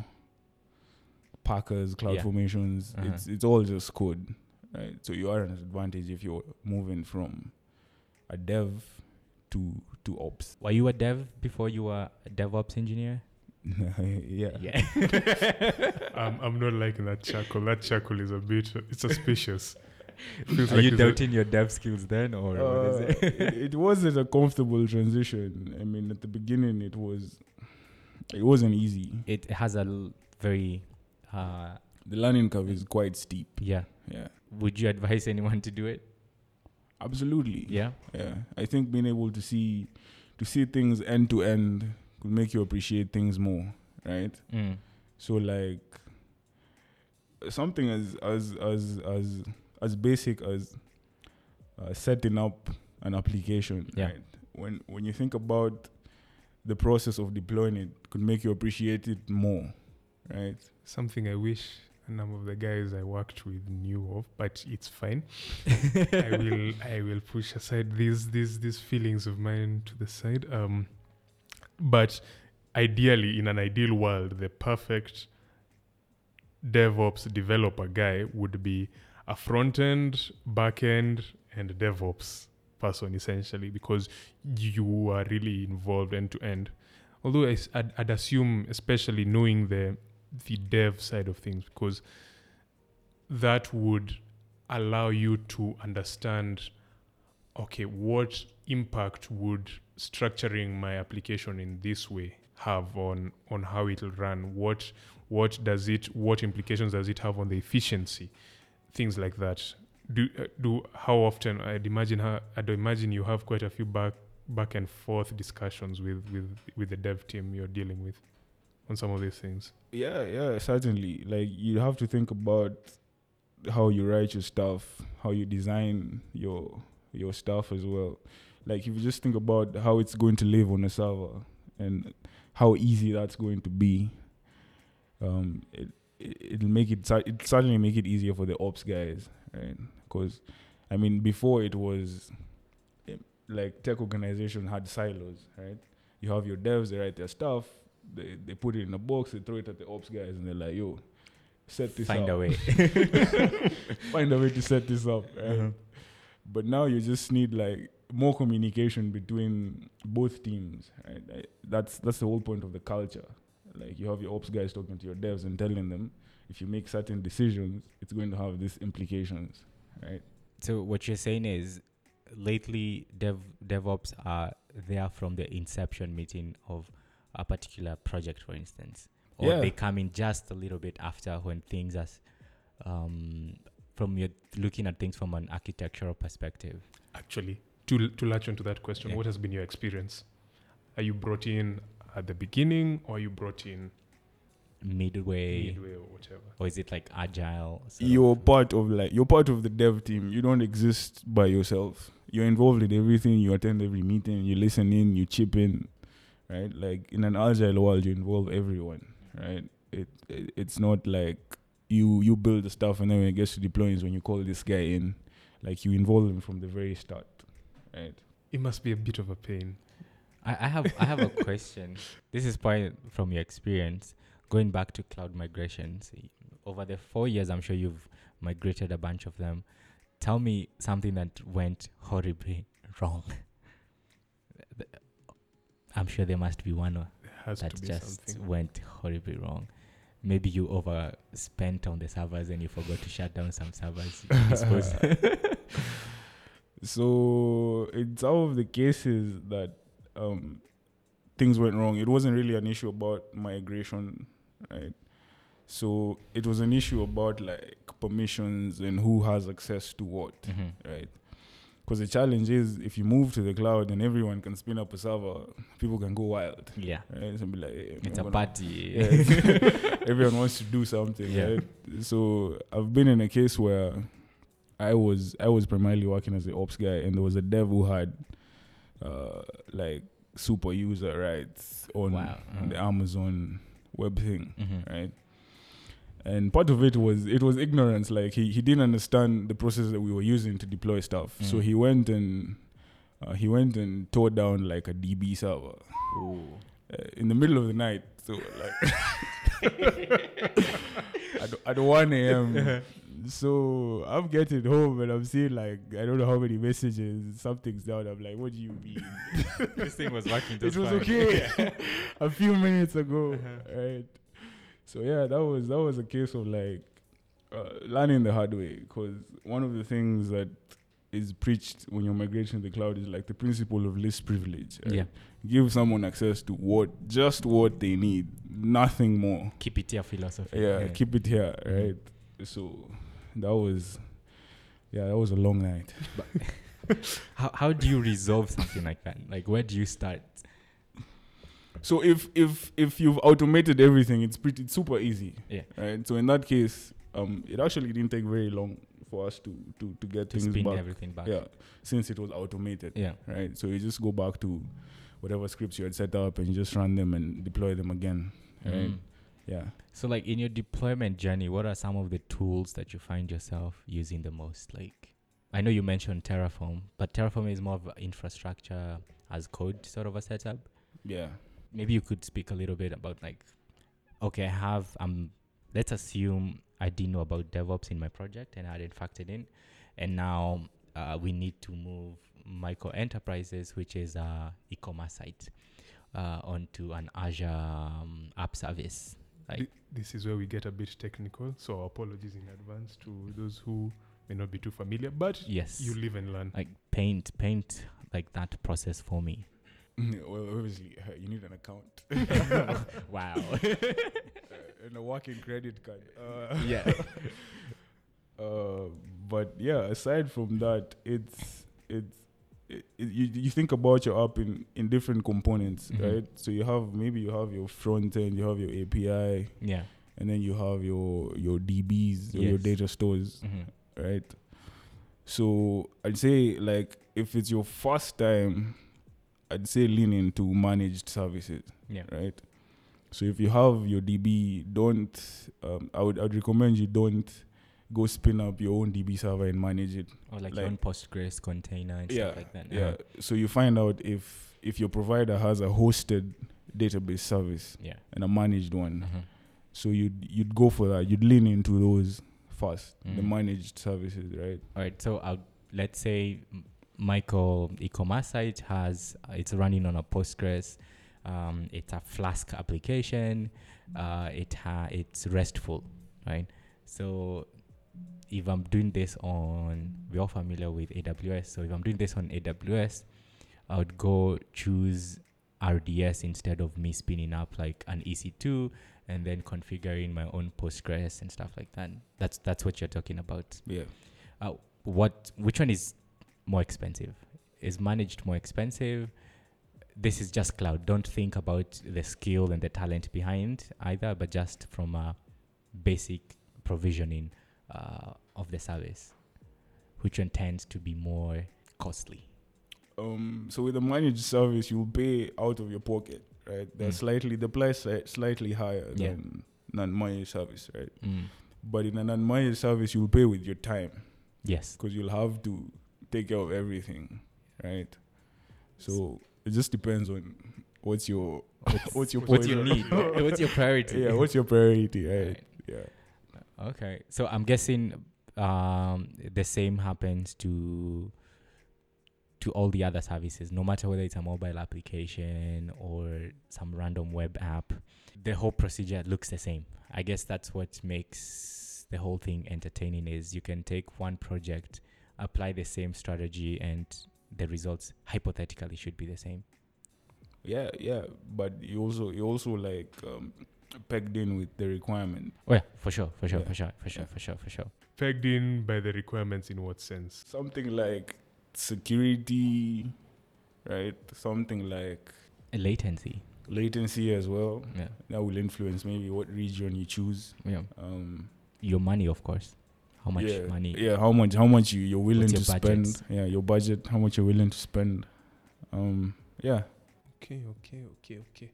Packers, cloud Yeah. formations. Uh-huh. It's it's all just code, right? So you are at an advantage if you're moving from a dev to to ops. were you a dev before you were a DevOps engineer? yeah. I'm, I'm not liking that chuckle. That chuckle is a bit, it's suspicious. Feels Are like you it's a- doubting your dev skills then, or Uh, what is it? it, it wasn't a comfortable transition. I mean, at the beginning, it was it wasn't easy. it has a l- very, uh, The learning curve is quite steep. yeah. Yeah, Would you advise anyone to do it? absolutely. Yeah. yeah. I think being able to see to see things end to end could make you appreciate things more, right? Mm. So like something as as as as as basic as uh, setting up an application. Yeah. Right? When when you think about the process of deploying it, could make you appreciate it more, right? something I wish a number of the guys I worked with knew of, but it's fine. I will I will push aside these these these feelings of mine to the side. Um, but ideally, in an ideal world, the perfect DevOps developer guy would be a front end, back end, and DevOps person essentially because you are really involved end to end. Although I, would I'd assume, especially knowing the the dev side of things, because that would allow you to understand okay what impact would structuring my application in this way have on on how it'll run what what does it what implications does it have on the efficiency things like that do uh, do how often i'd imagine how i'd imagine you have quite a few back back and forth discussions with with with the dev team you're dealing with on some of these things Yeah, yeah, certainly. Like you have to think about how you write your stuff, how you design your your stuff as well. Like if you just think about how it's going to live on a server and how easy that's going to be, um, it, it it'll make it cer- it certainly make it easier for the ops guys, right? Because I mean, before it was eh, like tech organization had silos, right? You have your devs, they write their stuff, they they put it in a box, they throw it at the ops guys, and they're like, "Yo, set this Find up." a way. find a way to set this up. right? Mhm. But now you just need like more communication between both teams. Right? I- That's that's the whole point of the culture. Like you have your ops guys talking to your devs and telling them if you make certain decisions, it's going to have these implications. Right? so what you're saying is, lately dev DevOps are there from the inception meeting of a particular project, for instance, or Yeah. they come in just a little bit after when things are, s- um, from your looking at things from an architectural perspective. actually to to latch onto that question Yeah. what has been your experience are you brought in at the beginning or are you brought in midway, midway or whatever or is it like agile? sort of- You're part of like you're part of the dev team. You don't exist by yourself. You're involved in everything. You attend every meeting. You listen in. You chip in. Right? Like in an agile world, you involve everyone. Right? It, it it's not like you you build the stuff and then when it gets to deploying is when you call this guy in. Like you involve him from the very start. Right? it must be a bit of a pain I, I have I have a question. This is probably from your experience going back to cloud migrations. Over the four years, I'm sure you've migrated a bunch of them. Tell me something that went horribly wrong. Th- I'm sure there must be one or- it has that to be just something went horribly wrong. Maybe you overspent on the servers and you forgot to shut down some servers. I suppose. So in some of the cases that um, things went wrong, it wasn't really an issue about migration, right? So it was an issue about like permissions and who has access to what, Mhm. right? Because the challenge is if you move to the cloud and everyone can spin up a server, people can go wild, Yeah. right? And be like, "Hey, It's I'm a gonna- party. Yeah, it's- everyone wants to do something, Yeah. right? So I've been in a case where I was I was primarily working as the ops guy, and there was a dev who had uh, like super user rights on Wow. Uh-huh. the Amazon web thing, Mhm. right? And part of it was it was ignorance. Like he, he didn't understand the process that we were using to deploy stuff. So Mm. he went and uh, he went and tore down like a DB server uh, in the middle of the night. So like at, at 1 a.m. So I'm getting home and I'm seeing like I don't know how many messages. Something's down. I'm like, what do you mean? this thing was working it just was fine. okay a few minutes ago, Uh-huh. right? So yeah, that was that was a case of like uh, learning the hard way because one of the things that is preached when you're migrating to the cloud is like the principle of least privilege. right? Yeah. give someone access to what just what they need, nothing more. Keep it here philosophy. Yeah, keep it here, Mm-hmm. right? So that was yeah, that was a long night. How, how do you resolve something like that? Like, where do you start? So if if if you've automated everything, it's pretty it's super easy. Yeah. Right. So in that case, um, it actually didn't take very long for us to to to get To things spin back. everything back. Yeah. Since it was automated. Yeah. Right. So you just go back to whatever scripts you had set up and you just run them and deploy them again. Right. Mm. Yeah. So, like in your deployment journey, what are some of the tools that you find yourself using the most? Like, I know you mentioned Terraform, but Terraform is more of an infrastructure as code sort of a setup. Yeah. Maybe you could speak a little bit about like, okay, I have um, let's assume I didn't know about DevOps in my project and I hadn't factored in, and now uh, we need to move micro enterprises, which is a e-commerce site, uh, onto an Azure um, app service. Like, Th- This is where we get a bit technical, so apologies in advance to those who may not be too familiar, but yes, you live and learn. like paint paint like that process for me well, obviously, uh, you need an account wow uh, and a working credit card. Uh, yeah Uh, but yeah, aside from that, it's it's it, it, you you think about your app in in different components, Mhm. right? So you have maybe you have your front end, you have your API, yeah and then you have your your DBs or your Yes. data stores, Mhm. right? So I'd say like if it's your first time, I'd say lean into managed services yeah right? So if you have your DB, don't. Um, I would I'd recommend you don't go spin up your own DB server and manage it. or like, Like- your own postgres container and Yeah, stuff like that Yeah. Uh-huh. So you find out if if your provider has a hosted database service yeah and a managed one. Mhm. So you'd you'd go for that. You'd lean into those first, the Mm. managed services, right? all right so I'll, let's say m- michael e-commerce site has uh, it's running on a postgres um, it's a flask application uh, it ha- it's restful right so if i'm doing this on we're all familiar with aws so if i'm doing this on aws i would go choose rds instead of me spinning up like an ec2 and then configuring my own postgres and stuff like that that's that's what you're talking about Yeah. what which one is more expensive is managed more expensive this is just cloud don't think about the skill and the talent behind either but just from a basic provisioning uh, of the service which one tends to be more costly Um, so with a managed service, you'll pay out of your pocket, right? They're Mm. slightly the price is slightly higher Yeah. than non-managed service, right? But in an unmanaged service, you'll pay with your time yes because you'll have to take care of everything, right? So it just depends on what's your what's, what's your what's your poison? need what's your priority yeah, what's your priority, right? Right. Yeah. Okay, so I'm guessing um, the same happens to to all the other services, no matter whether it's a mobile application or some random web app. The whole procedure looks the same. I guess that's what makes the whole thing entertaining is you can take one project, apply the same strategy, and the results hypothetically should be the same. Yeah, yeah, but you also you also like um, pegged in with the requirement. Oh yeah, for sure, for sure, Yeah. for sure, for sure, Yeah. for sure, for sure. Pegged in by the requirements in what sense? Something like security, right? Something like And Latency. latency as well. Yeah. That will influence maybe what region you choose. Yeah. Um, Your money, of course. How much yeah, money? Yeah, how much? How much you, you're willing your to spend? budget? Yeah, your budget. How much you're willing to spend? Um, yeah. Okay, okay, okay, okay.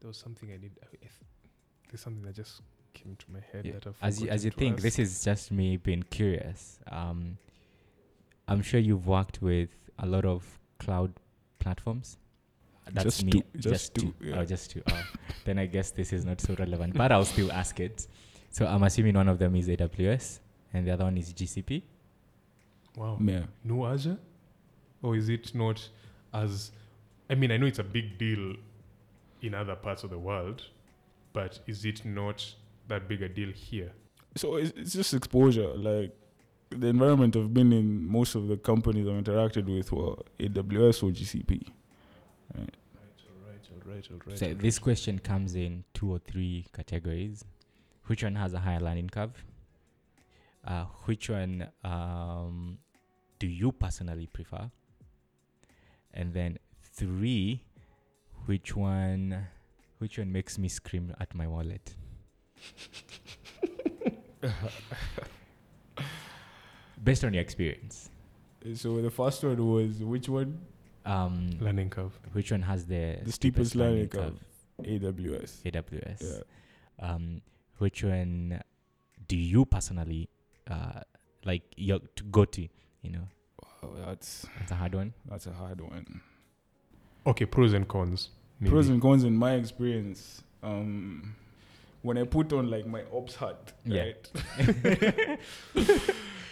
There was something I did. I, I th- there's something that just came to my head Yeah, that I've as you as you think, this is just me being curious. Um, I'm sure you've worked with a lot of cloud platforms. Uh, Just me. two- just two, yeah. Oh, just two. Oh. then I guess this is not so relevant, but I'll still ask it. So I'm assuming one of them is AWS and the other one is GCP. wow. Yeah. no Azure, or is it not as? I mean, I know it's a big deal in other parts of the world, but is it not that big a deal here? so it's, it's just exposure like the environment i've been in most of the companies i've interacted with were aws or gcp All right, all So this question comes in two or three categories. Which one has a higher learning curve? Uh, which one um, do you personally prefer? And then three, which one, which one makes me scream at my wallet? Based on your experience, Uh, so the first one was which one um, Learning curve. which one has the, The steepest learning curve. aws AWS. yeah um, which one do you personally uh, like your to go to? You know, oh, that's it's a hard one. that's a hard one Okay, pros and cons. maybe. pros and cons in my experience um when i put on like my ops hat Yeah. right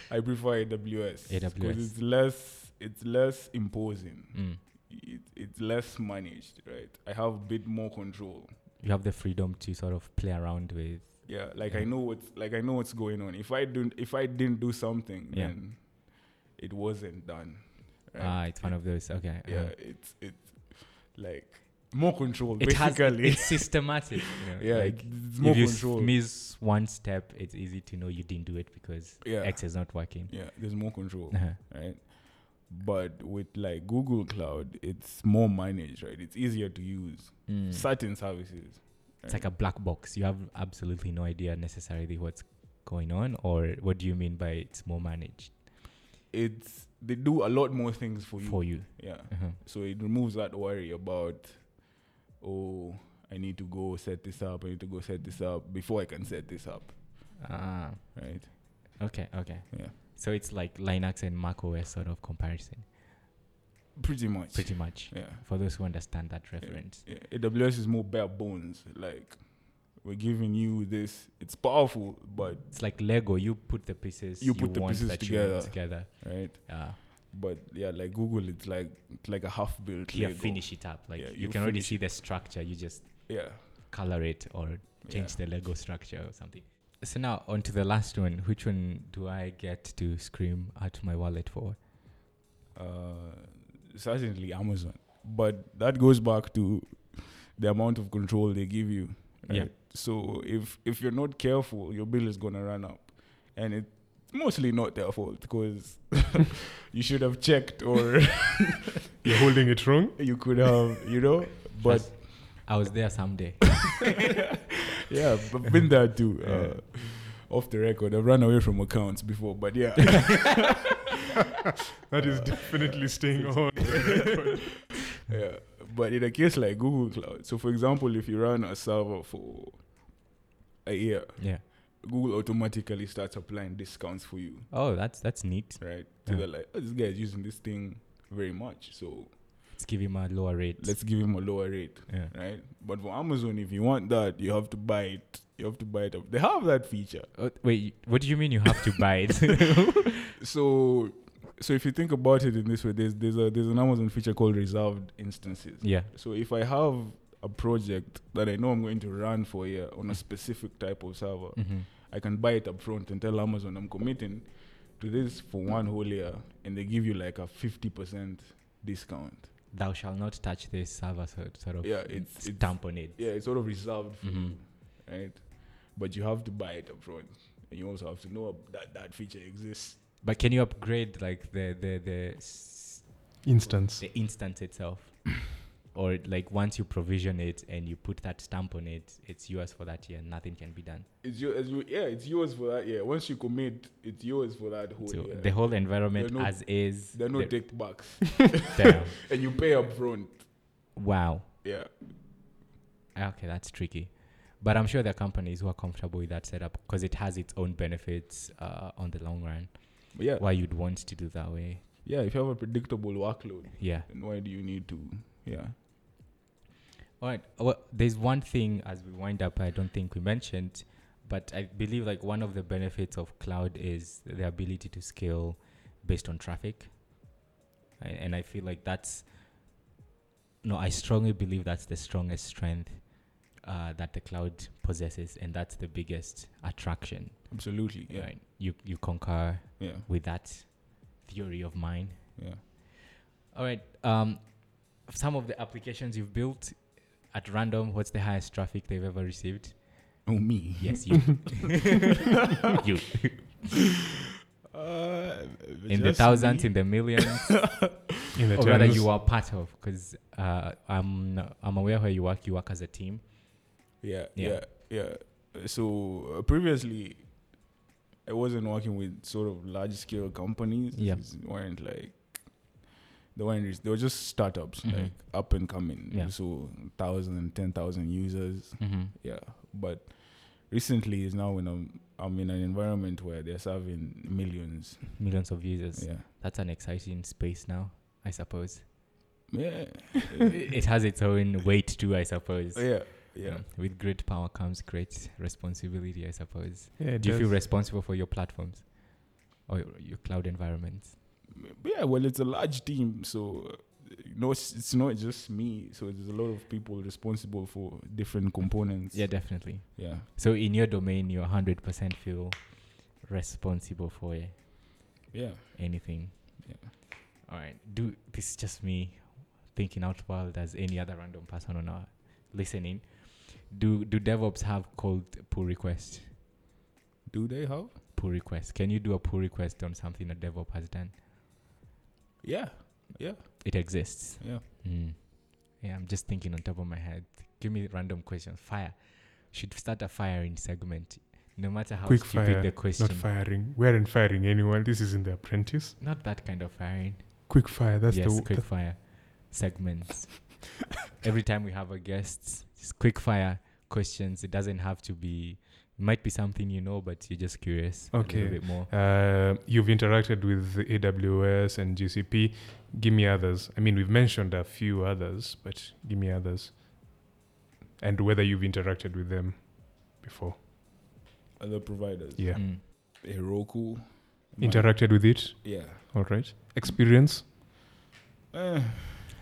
i prefer aws AWS. it's less it's less imposing Mm. it, it's less managed right i have a bit more control You have the freedom to sort of play around with. Yeah, like I Yeah. know what's like I know what's going on. If I don't, if I didn't do something, Yeah. then it wasn't done. Ah, right? it's one of those. Okay. uh, yeah, it's it's like more control It has. basically. It's systematic. You know, yeah, Like, it's more if you s- control. miss one step, it's easy to know you didn't do it because yeah, X is not working. yeah, there's more control, Uh-huh. right? But with like Google Cloud, it's more managed, right? It's easier to use Mm. certain services. It's like a black box. You have absolutely no idea necessarily what's going on, or what do you mean by it's more managed It's they do a lot more things for you. for you? yeah. Uh-huh. So it removes that worry about, oh, I need to go set this up. I need to go set this up before I can set this up, Ah, right? okay, okay. Yeah. So it's like Linux and Mac OS sort of comparison, Pretty much. pretty much. Yeah. For those who understand that reference. yeah. AWS is more bare bones. Like, we're giving you this. It's powerful, but It's like Lego. You put the pieces. You put the want pieces that you want together. right. Uh, But yeah, like Google, it's like it's like a half built. you finish it up. Like Yeah, you, you can already finish see the structure. You just Yeah. color it or change yeah. the Lego structure or something. So now on to the last one. Which one do I get to scream at my wallet for? Uh, certainly Amazon, but that goes back to the amount of control they give you. Yeah. So if if you're not careful, your bill is gonna run up, and it's mostly not their fault because you should have checked or You're holding it wrong. you could have, you know. But Trust- I was there someday. yeah, I've been there too. Uh, off the record, I've run away from accounts before, but yeah. That is definitely staying on. yeah. But in a case like Google Cloud, so for example, if you run a server for a year, yeah. Google automatically starts applying discounts for you, Oh, that's that's neat. right? So Yeah. they're like, oh, this guy is using this thing very much, so Let's give him a lower rate. let's give him a lower rate, yeah. right? But for Amazon, if you want that, you have to buy it. You have to buy it up. They have that feature. Uh, wait, what do you mean you have to buy it? So, so if you think about it in this way, there's there's a there's an Amazon feature called reserved instances. yeah. So if I have a project that I know I'm going to run for a year on a specific type of server, hmm I can buy it up front and tell Amazon I'm committing to this for one whole year, and they give you like a fifty percent discount. Thou shall not touch this server sort, sort of Yeah, it's- it's- stamp on it. Yeah, it's sort of reserved for Mhm. you, right? But you have to buy it up front. And you also have to know that that feature exists. But can you upgrade like the the the s- Instance. the instance itself, or like once you provision it and you put that stamp on it, it's yours for that year. Nothing can be done. It's your, it's your, yeah, it's yours for that year. Once you commit, it's yours for that whole So year. the whole environment There are no- as is. There are no the- take backs. damn. and you pay up front. Wow. Yeah. Okay, that's tricky. But I'm sure there are companies who are comfortable with that setup because it has its own benefits uh, on the long run. But yeah. Why you'd want to do that way. Yeah, if you have a predictable workload, Yeah. then why do you need to yeah. All right. Well, there's one thing as we wind up, I don't think we mentioned, but I believe like one of the benefits of cloud is the ability to scale based on traffic. A- And I feel like that's, no, I strongly believe that's the strongest strength uh, that the cloud possesses, and that's the biggest attraction. Absolutely. Yeah. Right? You you concur Yeah. with that theory of mine. Yeah. All right. Um, some of the applications you've built at random. What's the highest traffic they've ever received? Oh me. Yes, you. you Uh, in the thousands, in the millions, In the or rather, terms- you are part of. Because uh, I'm I'm aware where you work. You work as a team. Yeah, yeah, Yeah. yeah. So uh, previously, I wasn't working with sort of large scale companies. Yeah. These weren't like they weren't. res- They were just startups, Mhm. like up and coming. Yeah. So thousand and ten thousand users. Mm-hmm. Yeah, but recently is now when I'm I'm in an environment where they're serving millions. Millions of users. Yeah, That's an exciting space now, I suppose. yeah, it has its own weight too, I suppose. yeah, yeah. Mm. With great power comes great responsibility, I suppose. Yeah, it Do you feel does. responsible for your platforms or your- your cloud environments? But yeah, well, it's a large team, so uh, no, it's, it's not just me. So there's a lot of people responsible for different components. Yeah, definitely. yeah, So in your domain, you 100% feel responsible for eh, yeah. anything. Yeah. All right. Do this is just me thinking out wild as any other random person on our listening. Do do DevOps have called pull request? Do they have? Pull request. Can you do a pull request on something a DevOps has done? Yeah, It exists. yeah. Mm. Yeah, I'm just thinking on top of my head. Give me random questions. Fire. Should start a fire in segment. No matter how Quick stupid fire, the not question. Not firing. We aren't firing anyone. This isn't the apprentice. Not that kind of firing. Quick fire. That's yes, the quick fire segments. Every time we have a guest, just quick fire questions. It doesn't have to be. It might be something you know, but you're just curious. A Okay. little bit more. Uh, you've interacted with AWS and GCP. Give me others. I mean, we've mentioned a few others, but give me others. And whether you've interacted with them before. Other providers. Yeah. Mm. Heroku. Interacted with it. Yeah. All right. Experience. Eh,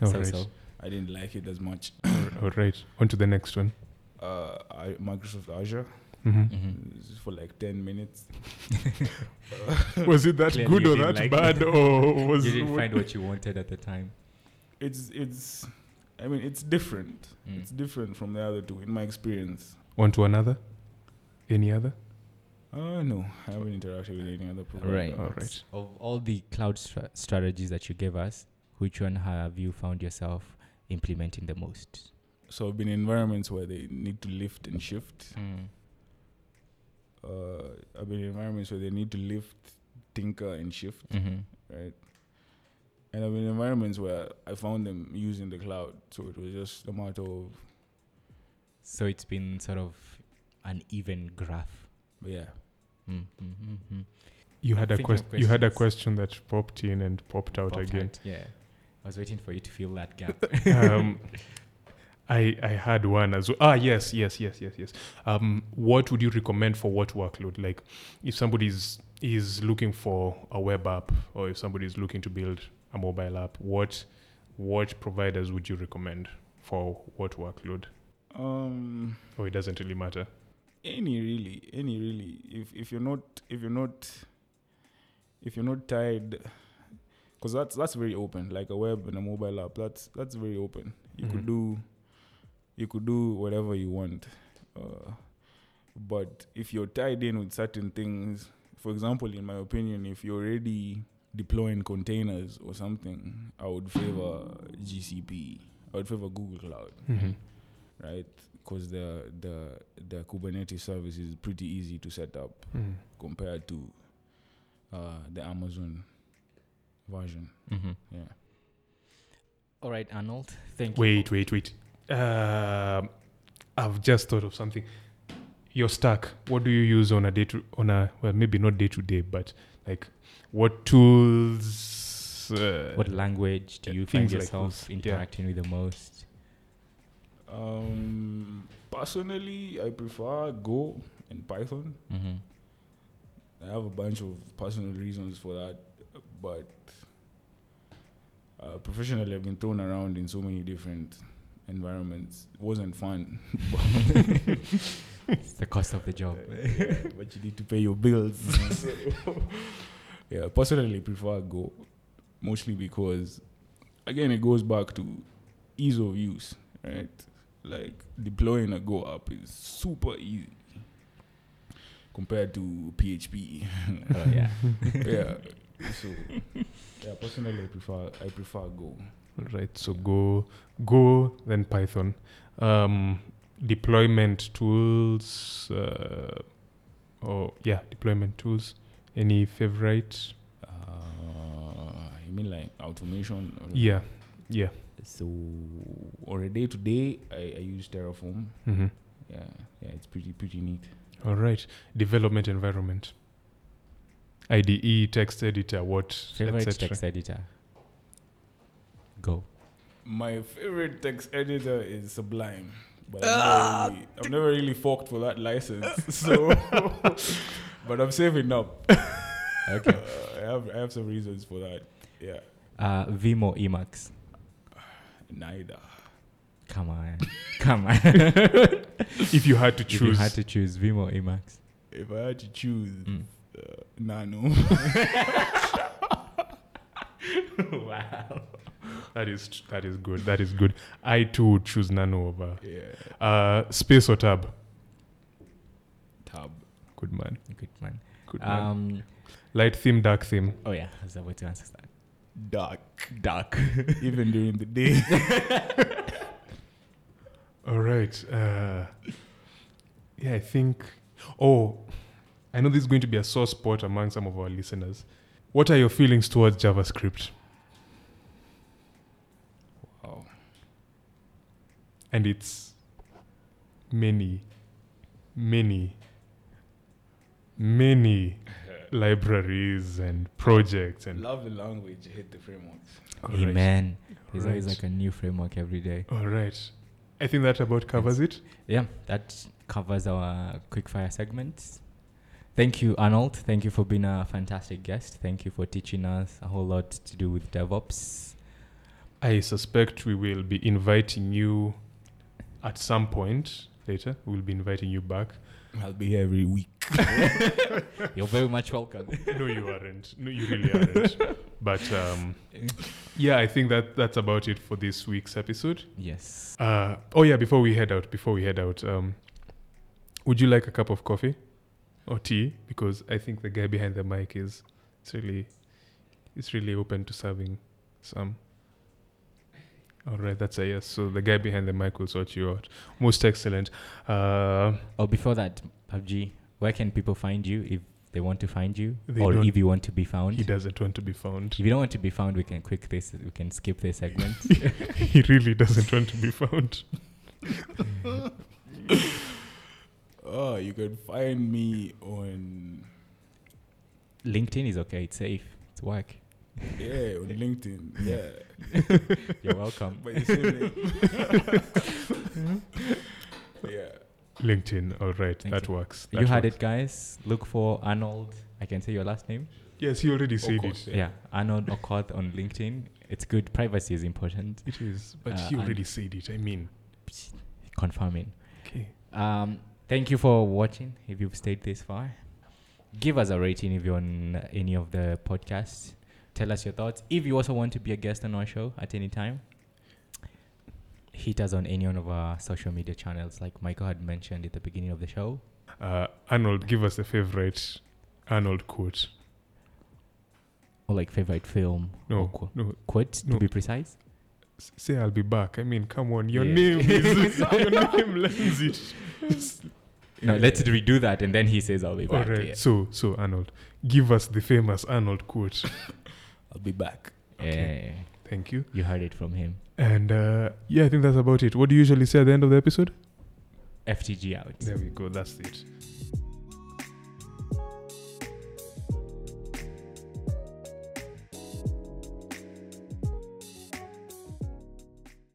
All So, right. so. I didn't like it as much. All right. On to the next one. Uh, I, Microsoft Azure hmm Mhm. is for like ten minutes. Was it that Clearly good you or didn't that like bad, it. or was You didn't what- find what you wanted at the time. It's it's. I mean, it's different. Mm. It's different from the other two, in my experience. on to another? Any other? Uh, no, I haven't interacted with any other Uh, provider. Right. All right. Of all the cloud stra- strategies that you gave us, which one have you found yourself implementing the most? So I've been in environments where they need to lift and shift. Uh, I've been in environments where they need to lift, tinker, and shift, Mm-hmm. right? And I've been in environments where I found them using the cloud. So it was just a matter of, So it's been sort of an even graph. but yeah. Mm-hmm. You I'm had a thinking of question. You had a question questions. that popped in and popped out again. Yeah. I was waiting for you to fill that gap. um, I I had one as well. Ah, yes, yes, yes, yes, yes. Um, what would you recommend for what workload? Like, if somebody's is looking for a web app, or if somebody is looking to build a mobile app, what what providers would you recommend for what workload? Um, Or it doesn't really matter. any really, any really. If if you're not, if you're not, if you're not tired, because that's that's very open. Like a web and a mobile app, that's that's very open. You could Mhm. do, you could do whatever you want. Uh, But if you're tied in with certain things, for example, in my opinion, if you're already deploying containers or something, I would favor GCP. I would favor Google Cloud, right? Because the the the Kubernetes service is pretty easy to set up compared to uh, the Amazon version. Mm-hmm. Yeah. All right, Arnold. Thank Wait, wait, wait. Um, I've just thought of something. Your stack. What do you use on a day to on a well, maybe not day to day, but like what tools? Uh, you. What language do Yeah, you find things like yourself those, yeah. interacting with the most? Um, personally, I prefer Go and Python. Mm-hmm. I have a bunch of personal reasons for that, but uh, professionally, I've been thrown around in so many different environments. It wasn't fun, It's the cost of the job. Yeah, but you need to pay your bills. So, yeah, personally, I prefer Go, mostly because, again, it goes back to ease of use, right? Like deploying a Go app is super easy compared to PHP. Oh, yeah. yeah. So yeah, personally I prefer I prefer Go. Right. So go, go, then Python. Um, deployment tools. Uh, oh yeah, deployment tools. Any favorite? Uh, you mean like automation? Or Yeah, yeah. So on a day to day I, I use Terraform. Mm-hmm. Yeah. Yeah, it's pretty pretty neat. All right. Development environment. IDE, text editor, what, Favorite etc. text editor? Go. My favorite text editor is Sublime. But I've, never really, I've never really forked for that license. So but I'm saving up. Uh, Okay. I have I have some reasons for that. Yeah. Uh, Vimo Emacs. Neither. Come on. Come on. If you had to if you choose, had to choose Vimo Emacs. If I had to choose Mm. uh, Nano. wow. that is that is good. That is good. I too would choose Nano over Yeah. uh, Space or Tab. Tab. Good man. Good man. Good man. Um, Light theme, dark theme. oh yeah, that's the way to answer that. Dark. Dark. Even during the day. All right. Uh, yeah, I think. Oh, I know this is going to be a sore spot among some of our listeners. What are your feelings towards JavaScript Wow. and its many, many, many libraries and projects and Love the language, hate the frameworks. All right. Amen. There's always Right. like a new framework every day. All right. I think that about covers it. Yeah, that covers our quickfire segments. Thank you, Arnold. Thank you for being a fantastic guest. Thank you for teaching us a whole lot to do with DevOps. I suspect we will be inviting you at some point later. We'll be inviting you back. I'll be here every week. You're very much welcome. no, you aren't. No, you really aren't. But um, yeah, I think that that's about it for this week's episode. yes. Uh, oh yeah, before we head out, before we head out, um, would you like a cup of coffee or tea? Because I think the guy behind the mic is it's really it's really open to serving some. All right, that's a yes. So the guy behind the mic will sort you out. Most excellent. Uh, Oh, before that, PUBG, where can people find you if they want to find you They or don't- if you want to be found? he doesn't want to be found. If you don't want to be found, we can quick this. We can skip this segment. he really doesn't want to be found. Oh, you can find me on LinkedIn is okay. It's safe. It's work. yeah on LinkedIn. Yeah, You're welcome. by the same name. yeah, LinkedIn. All right, Thank that you. works. you That had works. it, guys. Look for Arnold. I can say your last name. Yes, he already said course, it. Yeah, Arnold Okoth on LinkedIn. It's good. Privacy is important. It is, but Uh, he and- already said it. I mean, Confirming. okay. Um, thank you for watching. If you've stayed this far, give us a rating if you're on any of the podcasts. Tell us your thoughts. If you also want to be a guest on our show at any time, hit us on any one of our social media channels, like Michael had mentioned at the beginning of the show. Uh, Arnold, give us a favorite Arnold quote. Or like favorite film. No, Or qu- no. quote, No. to be precise. S- Say I'll be back. I mean, come on, your Yeah. name is your name lends it. No, let's redo that and then he says, I'll be All back. right. Yeah. So, so Arnold, give us the famous Arnold quote. I'll be back. Okay. Yeah, Thank you. you heard it from him. And uh, yeah, I think that's about it. What do you usually say at the end of the episode? FTG out. There we go. That's it.